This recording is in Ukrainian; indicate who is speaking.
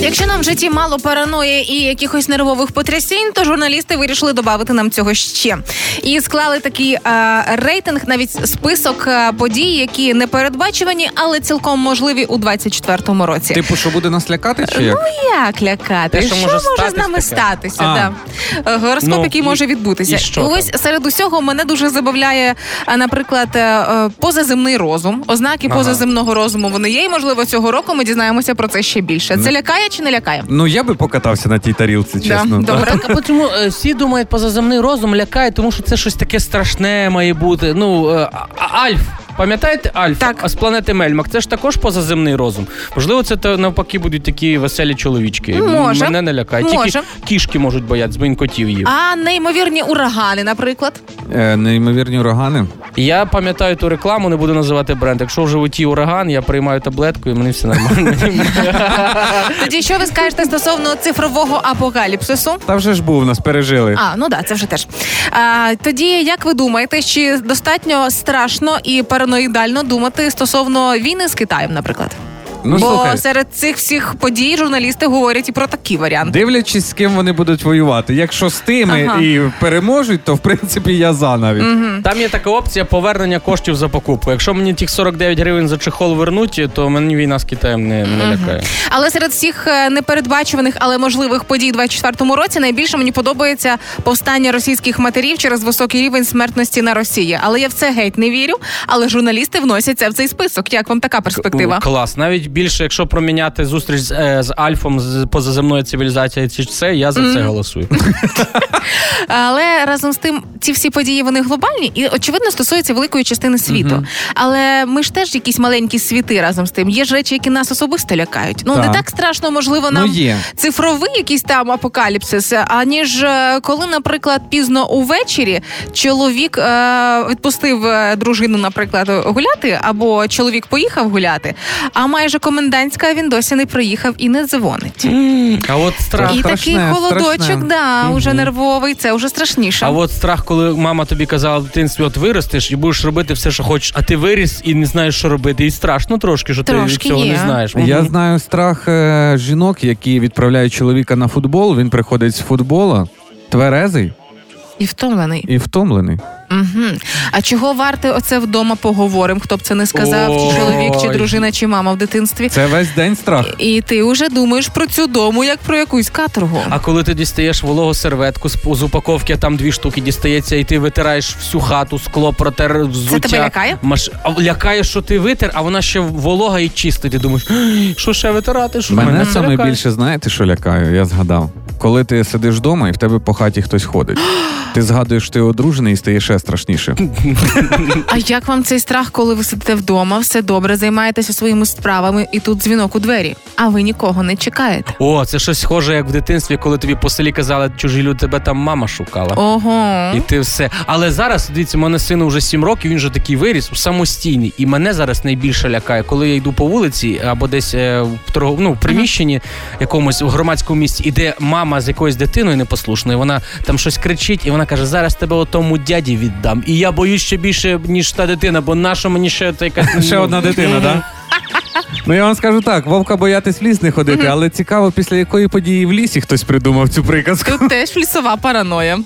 Speaker 1: Якщо нам в житті мало параної і якихось нервових потрясінь, то журналісти вирішили додати нам цього ще і склали такий е, рейтинг, навіть список е, подій, які непередбачувані, але цілком можливі у 24-му році.
Speaker 2: Типу, що буде нас лякати, чи
Speaker 1: Ну,
Speaker 2: як?
Speaker 1: Як лякати?
Speaker 3: Те,
Speaker 1: що
Speaker 3: що
Speaker 1: може з
Speaker 3: може статись
Speaker 1: нами
Speaker 3: таке?
Speaker 1: статися?
Speaker 2: А.
Speaker 1: Да. Е, Гороскоп,
Speaker 3: Ну,
Speaker 1: який
Speaker 3: і-
Speaker 1: може відбутися.
Speaker 3: і що
Speaker 1: Ось серед усього мене дуже забавляє, е, наприклад, е, е, позаземний розум. Ознаки
Speaker 2: Ага.
Speaker 1: позаземного розуму вони є. І можливо цього року ми дізнаємося про це ще більше. Це лякає чи не лякає?
Speaker 2: Ну я би покатався на тій тарілці, чесно.
Speaker 1: Да, добре.
Speaker 3: Так, а чому е, всі думають позаземний розум лякає, тому що це щось таке страшне має бути. Ну, е, а- а- Альф. Пам'ятаєте Альф
Speaker 1: Так.
Speaker 3: А з планети Мельмак? Це ж також позаземний розум. Можливо, це то навпаки будуть такі веселі чоловічки.
Speaker 1: Може.
Speaker 3: Мене не лякає.
Speaker 1: Може.
Speaker 3: Тільки кішки можуть боятися, бо він котів їв.
Speaker 1: А неймовірні урагани, наприклад.
Speaker 2: Е, неймовірні урагани.
Speaker 3: Я пам'ятаю ту рекламу, не буду називати бренд. Якщо в животі ураган, я приймаю таблетку і мені все нормально.
Speaker 1: Тоді що ви скажете стосовно цифрового апокаліпсису?
Speaker 2: Та вже ж був, нас пережили.
Speaker 1: А, ну да, це вже теж. А, тоді як ви думаєте, чи достатньо страшно і параноїдально думати стосовно війни з Китаєм, наприклад?
Speaker 2: ну
Speaker 1: Бо
Speaker 2: слухай,
Speaker 1: серед цих всіх подій журналісти говорять і про такі варіанти.
Speaker 2: дивлячись, з ким вони будуть воювати. Якщо з тими
Speaker 1: Ага.
Speaker 2: і переможуть, то в принципі я за навіть.
Speaker 3: Там є така опція повернення коштів за покупку. Якщо мені тих 49 гривень за чехол вернуть, то мені війна з Китаєм не, не лякає.
Speaker 1: Але серед всіх е, непередбачуваних, але можливих подій у 24-му році найбільше мені подобається повстання російських матерів через високий рівень смертності на Росії. Але я в це геть не вірю. Але журналісти вносяться в цей список. Як вам така перспектива?
Speaker 3: О, Клас. Навіть більше, якщо проміняти зустріч з, е, з Альфом з позаземної цивілізації, чи це я за це голосую.
Speaker 1: Але разом з тим, ці всі події вони глобальні і очевидно стосуються великої частини світу. Але ми ж теж якісь маленькі світи разом з тим. Є ж речі, які нас особисто лякають. Ну не
Speaker 2: Так.
Speaker 1: так страшно, можливо,
Speaker 2: Ну
Speaker 1: нам
Speaker 2: є.
Speaker 1: цифровий якийсь там апокаліпсис, аніж е, коли, наприклад, пізно увечері чоловік е, відпустив е, дружину, наприклад, гуляти, або чоловік поїхав гуляти, а майже комендантська він досі не приїхав і не дзвонить.
Speaker 3: А от страх.
Speaker 1: І
Speaker 2: страшне,
Speaker 1: такий холодочок,
Speaker 2: страшне.
Speaker 1: да, уже нервовий, це вже страшніше.
Speaker 3: А от страх, коли мама тобі казала в дитинстві, от виростеш і будеш робити все, що хочеш, а ти виріс і не знаєш, що робити. І страшно трошки, що
Speaker 1: Трошки
Speaker 3: ти цього
Speaker 1: є.
Speaker 3: не знаєш.
Speaker 2: Я знаю страх е, жінок, які відправляють чоловіка на футбол. Він приходить з футбола, тверезий
Speaker 1: І втомлений.
Speaker 2: і втомлений.
Speaker 1: Угу. А чого варте оце вдома поговоримо? Хто б це не сказав, чи
Speaker 3: Ой.
Speaker 1: чоловік, чи дружина, чи мама в дитинстві.
Speaker 2: Це весь день страх.
Speaker 1: І ти вже думаєш про цю дому, як про якусь каторгу.
Speaker 3: А коли ти дістаєш вологу серветку з, з упаковки, а там дві штуки дістається, і ти витираєш всю хату, скло, протер взуття.
Speaker 1: тебе лякає?
Speaker 3: Маш... А лякає, що ти витер, а вона ще волога і чиста. Ти думаєш, «Ай, що ще витирати? Що
Speaker 2: Мене
Speaker 3: це
Speaker 2: саме
Speaker 3: лякає?»
Speaker 2: більше знаєте, що лякає? Я згадав. Коли ти сидиш вдома і в тебе по хаті хтось ходить. Ти згадуєш, ти одружений і стає ще страшніше.
Speaker 1: А як вам цей страх, коли ви сидите вдома, все добре, займаєтеся своїми справами, і тут дзвінок у двері, а ви нікого не чекаєте?
Speaker 3: О, це щось схоже, як в дитинстві, коли тобі по селі казали, чужі люди, тебе там мама шукала.
Speaker 1: Ого.
Speaker 3: І ти все. Але зараз дивіться, в мене сину вже 7 років, він вже такий виріс самостійний. І мене зараз найбільше лякає, коли я йду по вулиці або десь е, в торгов... ну, в приміщенні якомусь в громадському місці, іде мама з якоюсь дитиною непослушною. Вона там щось кричить, і вона каже: зараз тебе отому дяді віддам. І я боюсь ще більше, ніж та дитина, бо наша мені ще та якась
Speaker 2: Ще одна дитина, да? Ну я вам скажу так: вовка боятись в ліс не ходити, але цікаво, після якої події в лісі хтось придумав цю приказку.
Speaker 1: Тут теж лісова параноя.